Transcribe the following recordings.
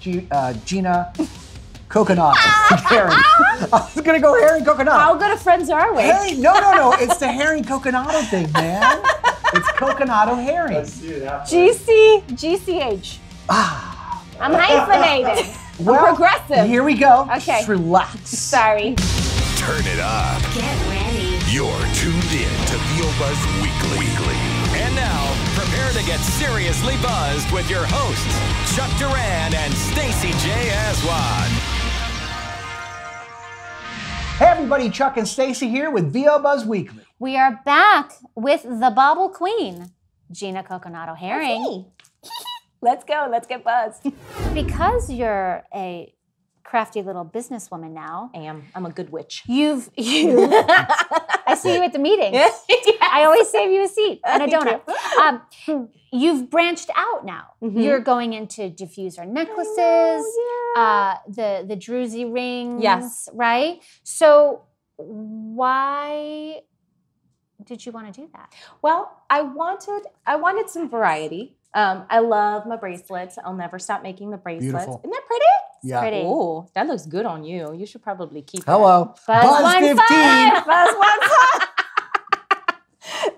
G- uh, Gina Coconut. herring. I was gonna go herring coconut. How good of friends are we? herring? No, no, no. It's the herring coconado thing, man. It's coconado herring. Let's do that. GC, GCH. I'm hyphenated. I'm Oh, progressive. Here we go. Okay. Just relax. Sorry. Turn it up. Get ready. You're tuned in to Feel Buzz Weekly. And now, prepare to get seriously buzzed with your hosts, Chuck Duran and Stacy J. Aswan. Hey everybody, Chuck and Stacy here with VO Buzz Weekly. We are back with the Bobble Queen, Gina Coconato Herring. Let's go. Let's get buzzed. Because you're a crafty little businesswoman now, I am. I'm a good witch. you've you I see you at the meeting. I always save you a seat and a donut. Um, you've branched out now. You're going into diffuser necklaces, uh, the the druzy rings, Yes. right? So why did you want to do that? Well, I wanted I wanted some variety. Um, I love my bracelets. I'll never stop making the bracelets. Beautiful. Isn't that pretty? Yeah. Pretty. Oh, that looks good on you. You should probably keep that. Hello. Buzz one five. That's what's up.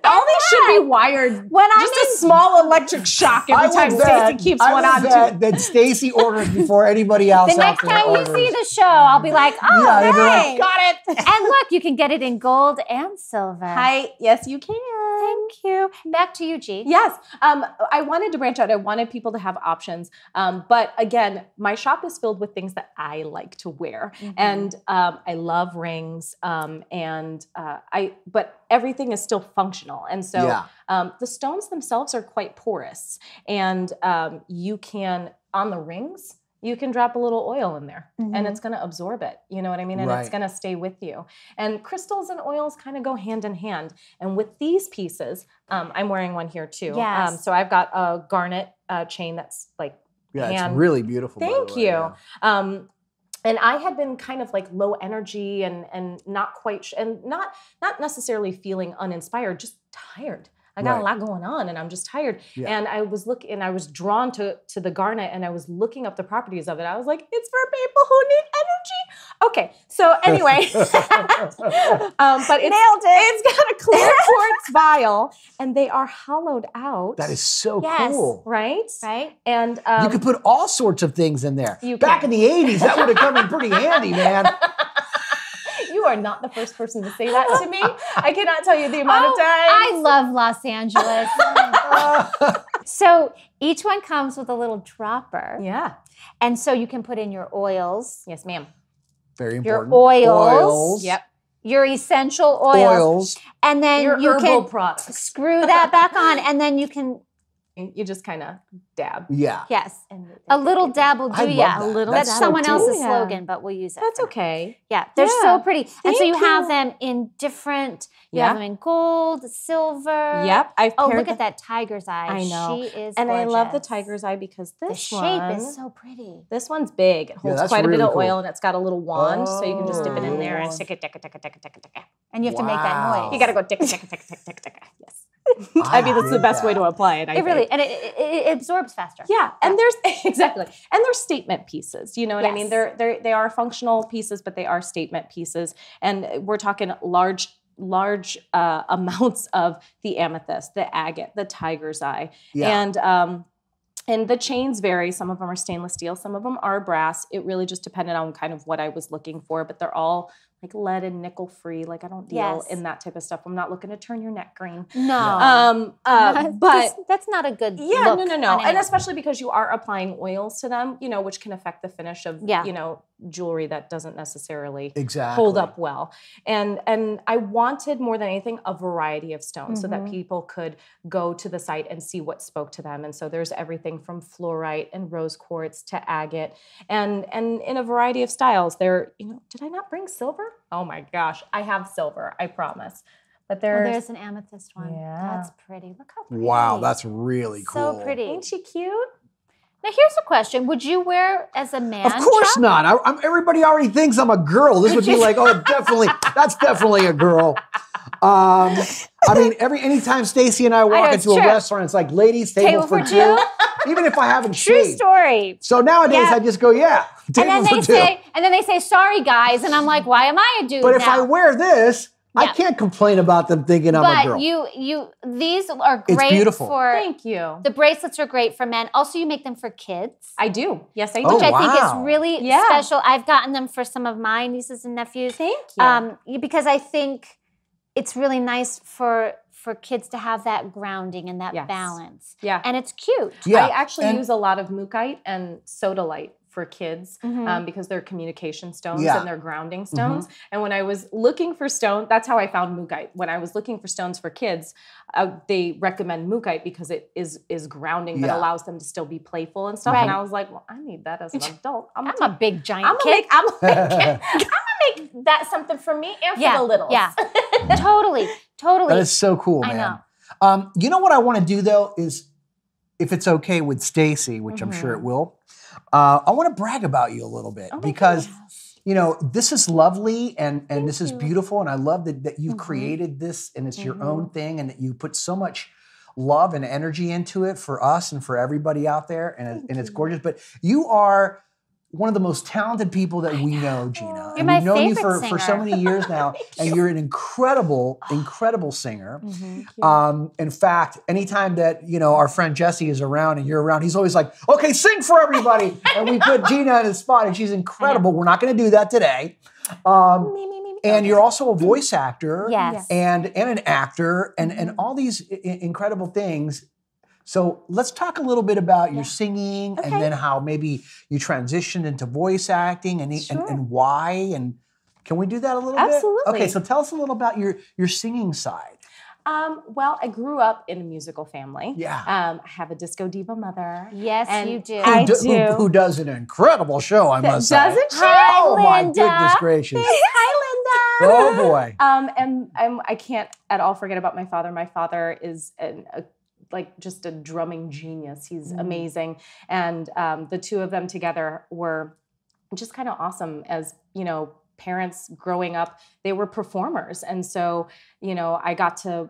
All these should be wired. When I'm just a small electric shock I every would time Stacy bet- keeps I one would on. bet that Stacy orders before anybody else The next out there time you orders. see the show, I'll be like, oh, Yeah, they'd be like, hey. Got it. and look, you can get it in gold and silver. Hi. Yes, you can. Thank you. Back to you, G. Yes. Um, I wanted to branch out. I wanted people to have options. Um, but again, my shop is filled with things that I like to wear. And um, I love rings. Um, and uh, I, but everything is still functional. And so Yeah. um, the stones themselves are quite porous. And um, you can, on the rings, you can drop a little oil in there and it's going to absorb it. You know what I mean? And it's Right. going to stay with you. And crystals and oils kind of go hand in hand. And with these pieces, um, I'm wearing one here too. Yes. Um, so I've got a garnet uh, chain that's like, Yeah, it's Man. really beautiful. by the thank way, you. yeah. Um, and I had been kind of like low energy and and not quite sh- and not not necessarily feeling uninspired, just tired. I got a Right. lot going on and I'm just tired. Yeah. And I was looking and I was drawn to to the garnet and I was looking up the properties of it. I was like, it's for people who need energy. Okay. So anyway, um, but it's, Nailed it. it's got a clear quartz vial and they are hollowed out. That is so Yes. cool. right. Right? And um, you could put all sorts of things in there. You Back can. in the 80s, that would have come in pretty handy, man. You are not the first person to say that to me. I cannot tell you the amount Oh, of times. I love Los Angeles. Uh, so each one comes with a little dropper. yeah. And so you can put in your oils, Yes, ma'am. Very Your important. oils. Oils. Yep. your essential oils, Oils. and then Your you herbal can products. screw that back on. And then you can, You just kind of dab. Yeah. yes, And a little dab will I do love ya. that. A little That's dab will someone do else's ya. slogan, but we'll use it. That's for- okay. Yeah, they're Yeah. so pretty. and so you Thank have you. them in different, you Yeah. have them in gold, silver. Yep. I've Oh, paired look at the- that tiger's eye. I know. She is And I love the gorgeous. tiger's eye because The this shape one, is so pretty. this one's big. It holds that's quite a bit really of cool. oil, and it's got a little wand, so you can just dip it Oh. in there and Wand. tick it, tick it, tick it, tick it, tick it, tick it. And you have to make that Wow. noise. You gotta go tick it, tick it, tick it, tick it, tick it, tick it. Yes. I mean, that's the dig best way that. to apply it. I It really think. and it, it, it- it absorbs faster. Yeah, and there's exactly, and they're statement pieces. You know what I mean? Yes. They're they they are functional pieces, but they are statement pieces, and we're talking large large uh, amounts of the amethyst, the agate, the tiger's eye, Yeah. and um, and the chains vary. Some of them are stainless steel, some of them are brass. It really just depended on kind of what I was looking for, but they're all like lead and nickel free. Like I don't deal Yes. in that type of stuff. I'm not looking to turn your neck green. No. Um, uh, but That's- that's not a good yeah, look no, no, on no, and anyone. especially because you are applying oils to them, you know, which can affect the finish of, Yeah. you know, jewelry that doesn't necessarily Exactly. hold up well. And and I wanted more than anything a variety of stones so Mm-hmm. that people could go to the site and see what spoke to them. And so there's everything from fluorite and rose quartz to agate, and and in a variety of styles. There, you know, did I not bring silver? Oh my gosh, I have silver, I promise. But Oh, there's, there's an amethyst one. That's pretty. Look how pretty. Wow, that's really cool. so pretty. ain't she cute? Now here's a question: Would you wear as a man? Of course Chuck? not. I, I'm, everybody already thinks I'm a girl. This would be like, oh, definitely, that's definitely a girl. Um, I mean, every anytime Stacy and I walk know, it's into a true. restaurant, it's like ladies' table, Table for two. even if I haven't True shaved. story. So nowadays, Yeah. I just go, yeah, And table then for they two. say, and then they say, sorry guys, and I'm like, why am I a dude? but if now? I wear this, I Yeah. can't complain about them thinking I'm a but girl. you you these are great beautiful. for Thank you. the bracelets are great for men. Also, you make them for kids. I do. Yes, I do. Oh, which I think wow. is really Yeah. special. I've gotten them for some of my nieces and nephews. Thank you. Um, y- because I think it's really nice for for kids to have that grounding and that Yes. balance. yeah. And it's cute. yeah, I actually and- use a lot of mukite and sodalite for kids Mm-hmm. um, because they're communication stones Yeah. Mm-hmm. and they're grounding stones. And when I was looking for stone, that's how I found mukite. When I was looking for stones for kids, uh, they recommend mukite because it is is grounding but Yeah. allows them to still be playful and stuff. And Right. I was like, well, I need that as an adult. I'm, I'm a big giant I'm gonna kid. make I'm gonna make, I'm gonna make that something for me and for yeah, the littles. yeah, totally, totally. that is so cool, I man. know. Um, you know what I want to do though is, if it's okay with Stacy, which I'm sure it Mm-hmm. will, uh, I want to brag about you a little Oh bit because you know this is lovely and and this is beautiful, and I love that that Mm-hmm. you've created this and it's your own thing, and that you put so much love and energy into it for us and for everybody out there, and it, and it's gorgeous. But you are. One of the most talented people that we know, Gina. and my we've known you for, favorite for so singer. Oh. many years now, and you're an incredible, incredible singer. Mm-hmm. Mhm. Um, in fact, anytime that you know our friend Jesse is around and you're around, he's always like, "Okay, sing for everybody," and we put Gina in a spot, and she's incredible. We're not going to do that today. Um, Me, me, me, me. and you're also a voice actor, Yes. and and an actor, and and all these I- I- incredible things. So let's talk a little bit about your singing, Okay. and then how maybe you transitioned into voice acting, and Sure. and, and why, and can we do that a little bit? Absolutely. Okay, so tell us a little about your your singing side. Um, well, I grew up in a musical family. Yeah. Um, I have a disco diva mother. Yes, And you do. I do- who- do. Who, does an incredible show, I must say. doesn't she? Oh Hi, my Linda. goodness gracious. Hi, Linda. Oh boy. Um, and I'm, I can't at all forget about my father. My father is an, a, like just a drumming genius. He's amazing, and um, the two of them together were just kind of awesome. As you know, parents growing up, they were performers, and so you know, I got to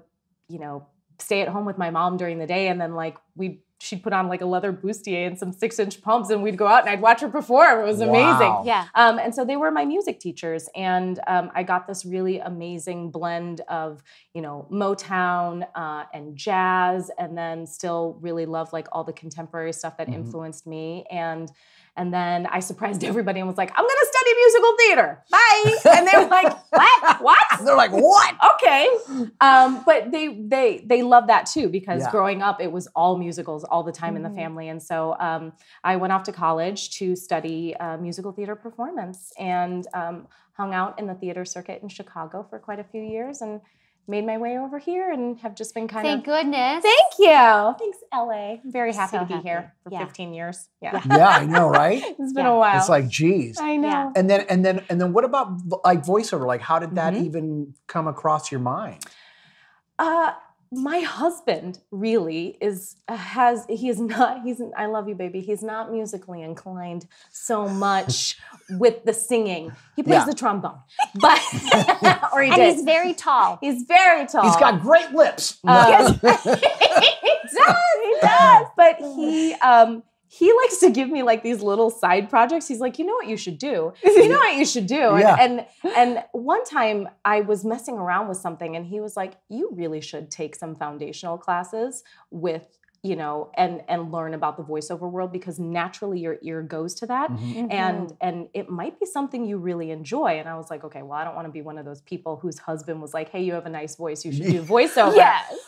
you know stay at home with my mom during the day, and then like we. She'd put on like a leather bustier and some six inch pumps, and we'd go out and I'd watch her perform. It was amazing. Wow. yeah. Um, and so they were my music teachers, and um, I got this really amazing blend of you know Motown uh, and jazz, and then still really loved like all the contemporary stuff that Mhm. influenced me. And and then I surprised everybody and was like, I'm gonna study musical theater. Bye. And they were like, What? What? They're like, what? okay um, but they they they love that too because Yeah. growing up it was all musicals all the time in Mm-hmm. the family and so um, i went off to college to study uh, musical theater performance and um, hung out in the theater circuit in chicago for quite a few years and made my way over here and have just been kind Thank of goodness. thank you thanks la I'm very happy So to be happy. here for Yeah. 15 years yeah, Yeah, I know, right? it's been Yeah. a while It's like, geez. i know Yeah. And then and then and then what about like voiceover? Like how did that Mhm. even come across your mind? Uh, my husband really is has he is not he's I love you baby he's not musically inclined so much with the singing he plays Yeah. the trombone but or he And did he's very tall. he's very tall He's got great lips. um, he does, he does. But he um he likes to give me like these little side projects. He's like, you know what you should do? You know what you should do? And, Yeah. and and one time I was messing around with something and he was like, you really should take some foundational classes with you know and and learn about the voiceover world because naturally your ear goes to Mm-hmm. that Mm-hmm. and and it might be something you really enjoy and i was like okay well i don't want to be one of those people whose husband was like hey you have a nice voice you should do voiceover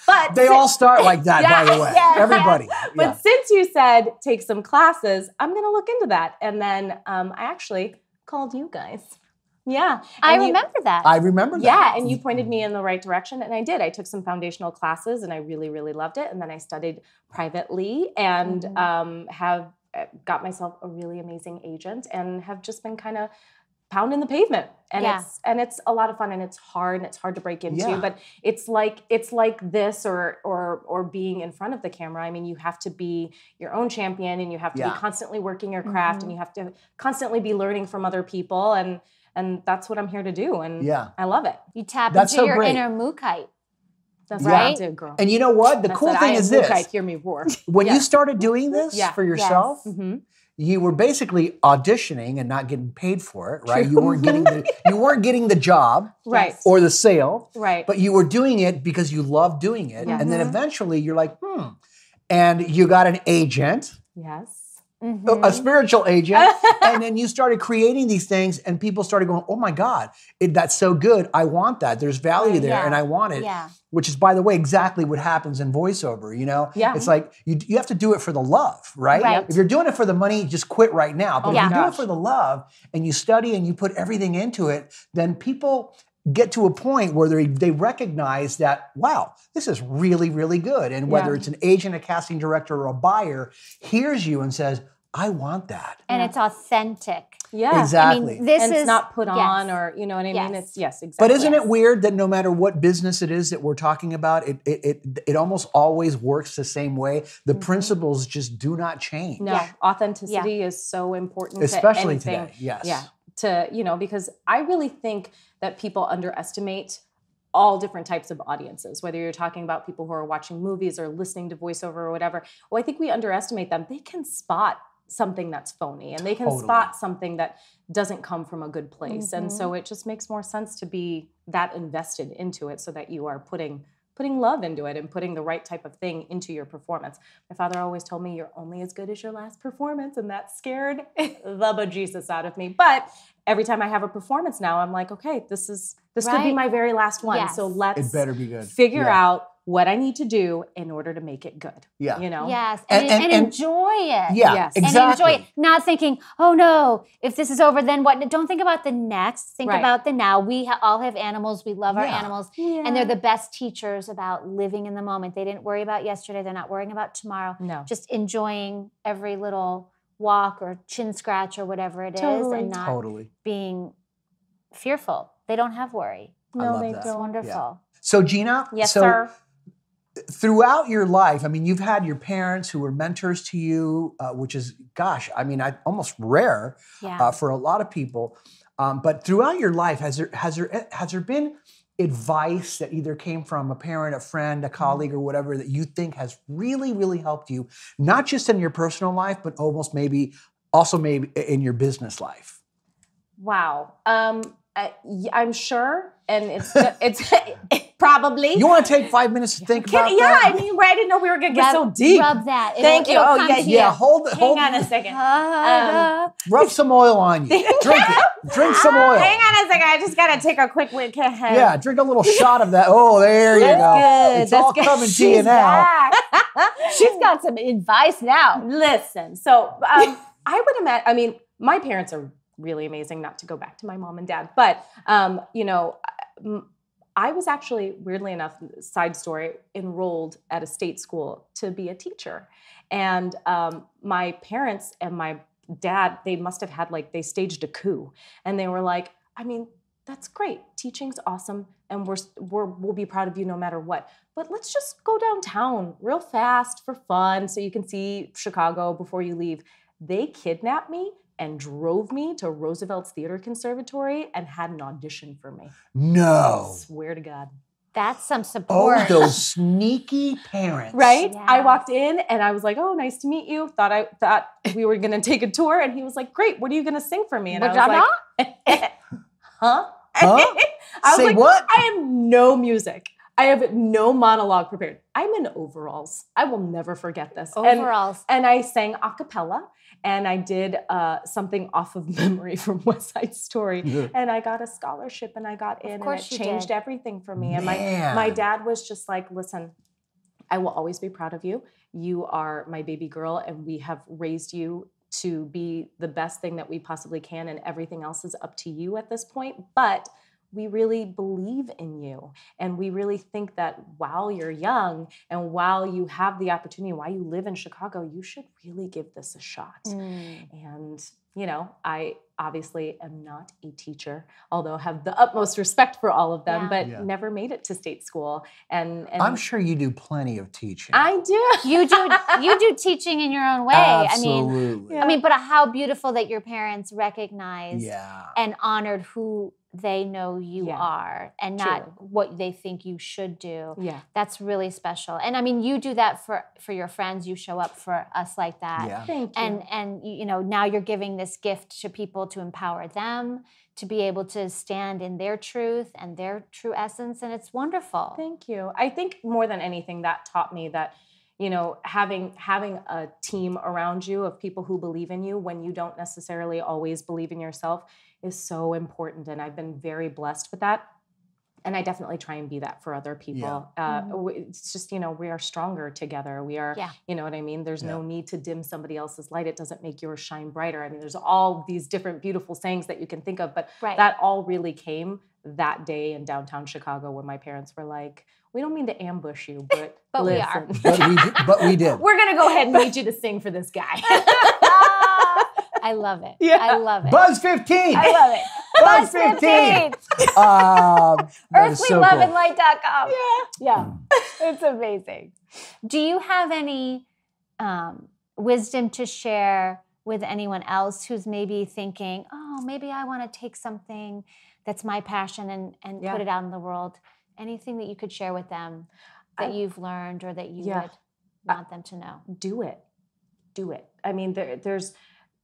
but They all start like that, by the way. Yes, yes. Everybody. but Yeah. since you said take some classes, I'm going to look into that. And then um, I actually called you guys. Yeah. I and you- remember that. I remember that. Mm-hmm. yeah, and you pointed me in the right direction, and I did. I took some foundational classes, and I really, really loved it. And then I studied privately, and Mm-hmm. um, have uh, got myself a really amazing agent, and have just been kind of pounding the pavement. And Yeah. it's and it's a lot of fun, and it's hard, and it's hard to break into. Yeah. But it's like it's like this, or or or being in front of the camera. I mean, you have to be your own champion, and you have to Yeah. Mm-hmm. be constantly working your craft, and you have to constantly be learning from other people, and and that's what I'm here to do. And Yeah. I love it. You tap That's into so your great. inner mookite. That's Right? what I do, girl. And you know what? The I cool said, thing I is am this. Luke, I hear me roar. When you started doing this Mm-hmm. Yeah. for yourself, Mhm. you were basically auditioning and not getting paid for it, right? You weren't getting the you weren't getting the job Right. or the sale, Right. but you were doing it because you loved doing it. And then Mm-hmm. eventually you're like, hmm. And you got an agent, yes. a- Mm-hmm. a spiritual agent, and then you started creating these things, and people started going, "Oh my God, it, that's so good! I want that. There's value there, Yeah. and I want it." Yeah. which is by the way exactly what happens in voiceover you know Yeah. it's like you, you have to do it for the love right, Right. Oh if you're doing it for the money just quit right now but my if you do it gosh. for the love and you study and you put everything into it then people get to a point where they, they recognize that wow this is really really good and whether Yeah. it's an agent a casting director or a buyer hears you and says i want that And it's authentic. Yeah. I exactly mean, this And is it's not put yes. on or, you know what I mean? Yes. It's, yes, exactly. But isn't it weird that no matter what business it is that we're talking about, it it it, it almost always works the same way. The principles just do not change. Mm-hmm. No, Yeah. authenticity is so important, to Especially anything. today, yes. Yeah. To you know, because I really think that people underestimate all different types of audiences. Whether you're talking about people who are watching movies or listening to voiceover or whatever, well, I think we underestimate them. They can spot something that's phony, and they can Totally. spot something that doesn't come from a good place. And Mm-hmm. so it just makes more sense to be that invested into it, so that you are putting putting love into it and putting the right type of thing into your performance. My father always told me you're only as good as your last performance, and that scared the bejesus out of me. But every time I have a performance now, I'm like, okay, this is this could be Right. my very last one. Yes. So let's It better be good. figure Yeah. out what I need to do in order to make it good. Yeah. You know? Yes. And- And, and- and and- enjoy it. Yeah, Yes. And exactly. And enjoy it. Not thinking, oh no, if this is over, then what? Don't think about the next. Think Right. about the now. We ha- all have animals. We love our Yeah. animals. And they're the best teachers about living in the moment. They didn't worry about yesterday. They're not worrying about tomorrow. No. Just enjoying every little walk or chin scratch or whatever it is, Totally. and not Totally. being fearful. They don't have worry. I love they that. It's don't. wonderful. So Gina, Yes, so sir. throughout your life, I mean, you've had your parents who were mentors to you, uh, which is, gosh, I mean, I, almost rare Yeah. uh, for a lot of people. Um, but throughout your life, has there has there has there been advice that either came from a parent, a friend, a Mm-hmm. colleague, or whatever that you think has really, really helped you, not just in your personal life, but almost maybe also maybe in your business life? Wow. Um I, am sure, and it's it's probably. You want to take five minutes to think Can- about yeah, that? I mean, right? I didn't know we were gonna get so Rub- deep. Rub that. It'll- Thank you. it'll Oh, come yeah, to yeah, you. hold Hang hold on a second. Ah, rub some oil on you. Drink it. Drink some oil. Ah, Hang on a second. I just gotta take a quick look. Yeah, drink a little shot of that. Oh, there you go. good. It's That's all good. coming to you She's now. She's got some advice now. Listen, so um, I would imagine. I mean, my parents are really amazing. Not to go back to my mom and dad, but um, you know, I- m- I was actually weirdly enough, side story, enrolled at a state school to be a teacher, and um, my parents and my dad, they must have had like they staged a coup, and they were like, I mean. That's great. Teaching's awesome, and we're, s- we're we'll be proud of you no matter what but let's just go downtown real fast for fun so you can see Chicago before you leave. They kidnapped me and drove me to Roosevelt's Theater Conservatory and had an audition for me. No. Swear to God. That's some support. Oh, those sneaky parents. Right? I Yes. walked in and I was like, "Oh, nice to meet you." Thought I thought we were going to take a tour and he was like, "Great, what are you going to sing for me?" And What I genre? was like, "Huh?" Huh? I was Say like, what? I have no music. I have no monologue prepared. I'm in overalls. I will never forget this. And- Overalls. and I sang a cappella and I did uh, something off of memory from West Side Story. Yeah. And I got a scholarship and I got in and it course you changed did. everything for me. And my, my Man. dad was just like, listen, I will always be proud of you. You are my baby girl and we have raised you to be the best thing that we possibly can and everything else is up to you at this point. But we really believe in you. And we really think that while you're young and while you have the opportunity, while you live in Chicago, you should really give this a shot. Hmm. And, you know, I obviously am not a teacher, although have the utmost respect for all of them, Yeah. but Yeah. never made it to state school. And, and I'm sure you do plenty of teaching. I do. You do you do teaching in your own way. I mean, Absolutely. I mean, but how beautiful that your parents recognized yeah. and honored who they know you Yeah. are and not Truly. what they think you should do. Yeah. That's really special. And I mean, you do that for for your friends. You show up for us like that. Yeah. Thank you. And and y- you know, now you're giving this gift to people to empower them to be able to stand in their truth and their true essence and it's wonderful. Thank you. I think more than anything that taught me that you know having having a team around you of people who believe in you when you don't necessarily always believe in yourself is so important and I've been very blessed with that. And I definitely try and be that for other people. Uh, w- It's just, you know, we are stronger together. We are, Yeah. you know what I mean? There's no need to dim somebody else's light. It doesn't make yours shine brighter. I mean, there's all these different beautiful sayings that you can think of, but Right. that all really came that day in downtown Chicago when my parents were like, "We don't mean to ambush you, but But we are. listen, But we, did- but we did. we're gonna go ahead and need you to sing for this guy." Ah, I love it. Yeah. I love it. Buzz 15. I love it. Buzz 15. 15. Um, that is so cool. EarthlyLoveAndLight.com. yeah, It's amazing. Do you have any um, wisdom to share with anyone else who's maybe thinking, oh, maybe I want to take something that's my passion and, and Yeah. put it out in the world? Anything that you could share with them that I- you've learned or that you Yeah. would I- want them to know? do it, do it. I mean, there, there's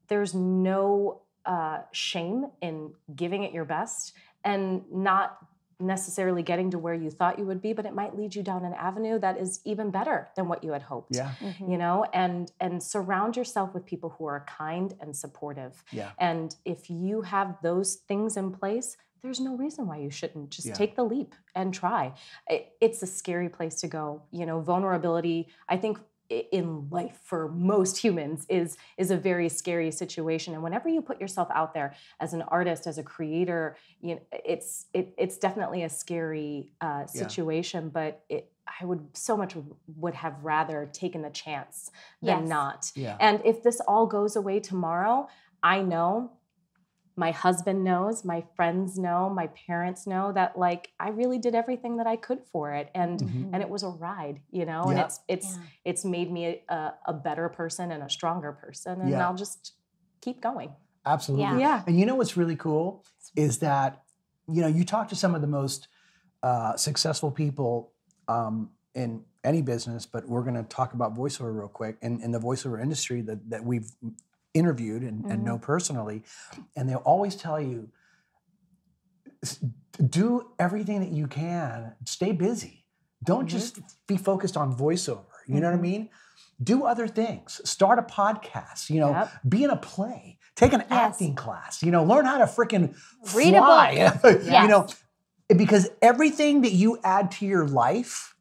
there's no uh, shame in giving it your best and not necessarily getting to where you thought you would be, but it might lead you down an avenue that is even better than what you had hoped. Yeah. you know and and surround yourself with people who are kind and supportive Yeah. and if you have those things in place there's no reason why you shouldn't just Yeah. take the leap and try I- it's a scary place to go you know vulnerability i think i- in life for most humans is is a very scary situation and whenever you put yourself out there as an artist as a creator you know, it's it, it's definitely a scary uh, situation but it I would so much w- would have rather taken the chance than Yes. not. Yeah. And if this all goes away tomorrow, I know my husband knows, my friends know, my parents know that like I really did everything that I could for it and Mhm. and it was a ride, you know? And Yeah. it's it's Yeah. it's made me a- a, a better person and a stronger person and Yeah. I'll just keep going. Absolutely. Yeah. Yeah. And you know what's really cool is that you know you talk to some of the most uh, successful people um, in any business, but we're going to talk about voiceover real quick and in the voiceover industry that that we've interviewed and, and know personally, and they'll always tell you s- do everything that you can, stay busy. Don't just be focused on voiceover. You know what I mean? Do other things. Start a podcast. You know, Yep. be in a play. Take an acting class. You know, learn how to freaking Read a fly. you Yes. know, because everything that you add to your life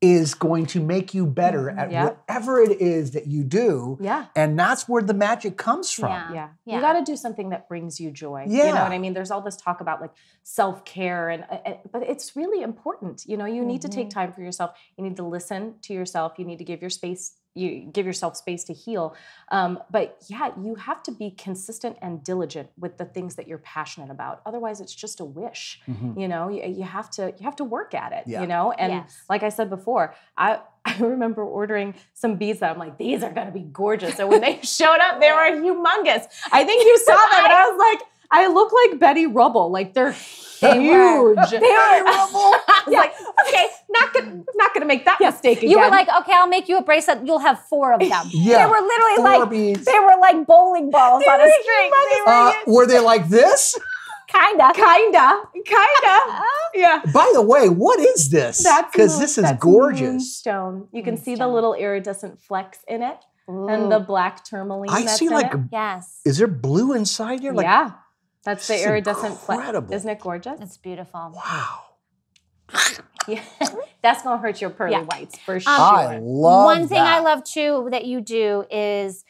is going to make you better at Yep. whatever it is that you do, Yeah. and that's where the magic comes from. Yeah. Yeah. Yeah. You got to do something that brings you joy. You Yeah. know what I mean? There's all this talk about like self care, and, and but it's really important. You know, you need to take time for yourself. You need to listen to yourself. You need to give your space. You give yourself space to heal. Um, but yeah, you have to be consistent and diligent with the things that you're passionate about. Otherwise, it's just a wish. You know, you, you have to you have to work at it. Yeah. You know, and Yes. like I said before, I. I remember ordering some bees that I'm like, these are gonna be gorgeous. And when they showed up, they were humongous. I think you saw them, and I was like, I look like Betty Rubble. Like they're They were. huge. They were Rubble. I was like, okay, not gonna not gonna make that mistake again. You were like, okay, I'll make you a bracelet. You'll have four of them. Yeah. They were literally Four like beads. they were like bowling balls on a string. They were Uh, were they like this? kinda. kinda, kinda. yeah. By the way, what is this? That's Because moon- this is that's gorgeous. Moonstone. You can see the Moonstone. little iridescent flecks in it, and the black tourmaline. Oh. I that's see in like, it. Yes. is there blue inside there? Like, yeah, that's the This is iridescent fleck. incredible. Isn't it gorgeous? It's beautiful. wow. Yeah. that's gonna hurt your pearly Yeah. Um, whites for sure. I love One thing I that. love too that you do is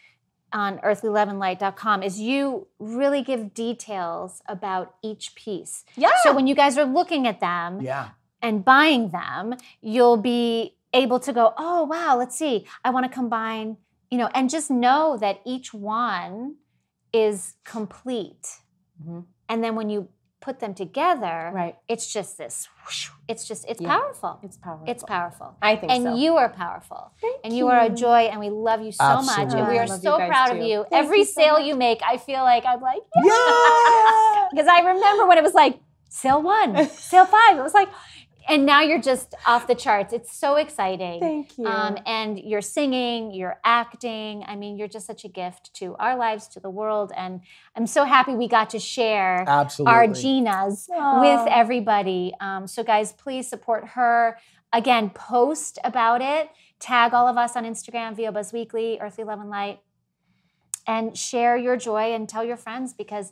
on earthlyloveandlight.com is you really give details about each piece. Yeah. So when you guys are looking at them Yeah. and buying them, you'll be able to go, "Oh, wow, let's see. I want to combine, you know, and just know that each one is complete. Mhm. And then when you put them together, Right. it's just this whoosh, it's just it's Yeah. powerful. It's powerful. It's powerful. I think and so. you are powerful. and you, are a joy, and we love you so much. And Absolutely. we Oh, I are love so you guys proud too. of you. Thank Every you so sale much. you make, I feel like I'm like, Yeah. because I remember when it was like sale one, sale five. It was like, and now you're just off the charts. It's so exciting. Thank you. Um, and you're singing, you're acting. I mean, you're just such a gift to our lives, to the world. And I'm so happy we got to share Absolutely. our Ginas Oh. with everybody. Um, so, guys, please support her. Again, post about it. Tag all of us on Instagram, Via Buzz Weekly, Earthly Love and Light, and share your joy and tell your friends because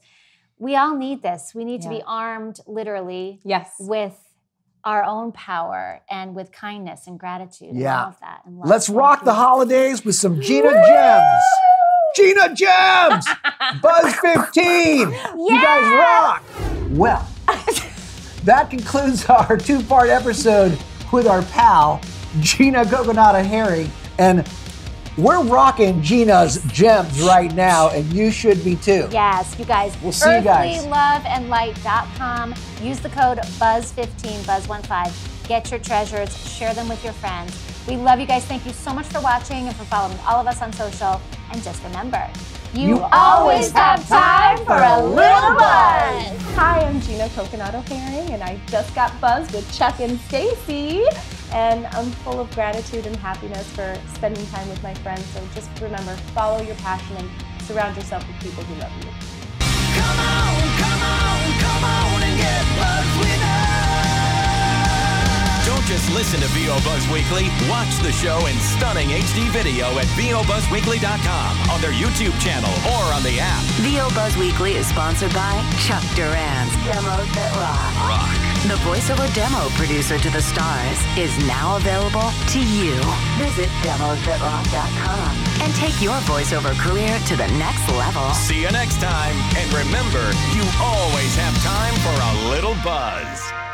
we all need this. We need to be Yeah. armed literally yes. with our own power and with kindness and gratitude Yeah. and all of that. And love. Let's Thank rock the you. holidays with some Gina Gems. Gina Gems! Buzz 15! You guys rock! Well, that concludes our two part episode with our pal, Gina Gogonata Herring. And we're rocking Gina's gems right now, and you should be too. Yes, you guys. We'll see you guys. Earthlyloveandlight.com. Use the code BUZZ15, BUZZ15. Get your treasures, share them with your friends. We love you guys. Thank you so much for watching and for following all of us on social. And just remember, you, You always have time for a little buzz. Hi, I'm Gina Coconato Herring, and I just got buzzed with Chuck and Stacy. And I'm full of gratitude and happiness for spending time with my friends. So just remember, follow your passion and surround yourself with people who love you. Come on, come on, come on and get buzzed with us. Don't just listen to VO Buzz Weekly. Watch the show in stunning HD video at VOBuzzWeekly.com on their YouTube channel or on the app. VO Buzz Weekly is sponsored by Chuck Duran's Demos That Rock. The voiceover demo producer to the stars is now available to you. Visit demosthatrock.com and take your voiceover career to the next level. See you next time. And remember, you always have time for a little buzz.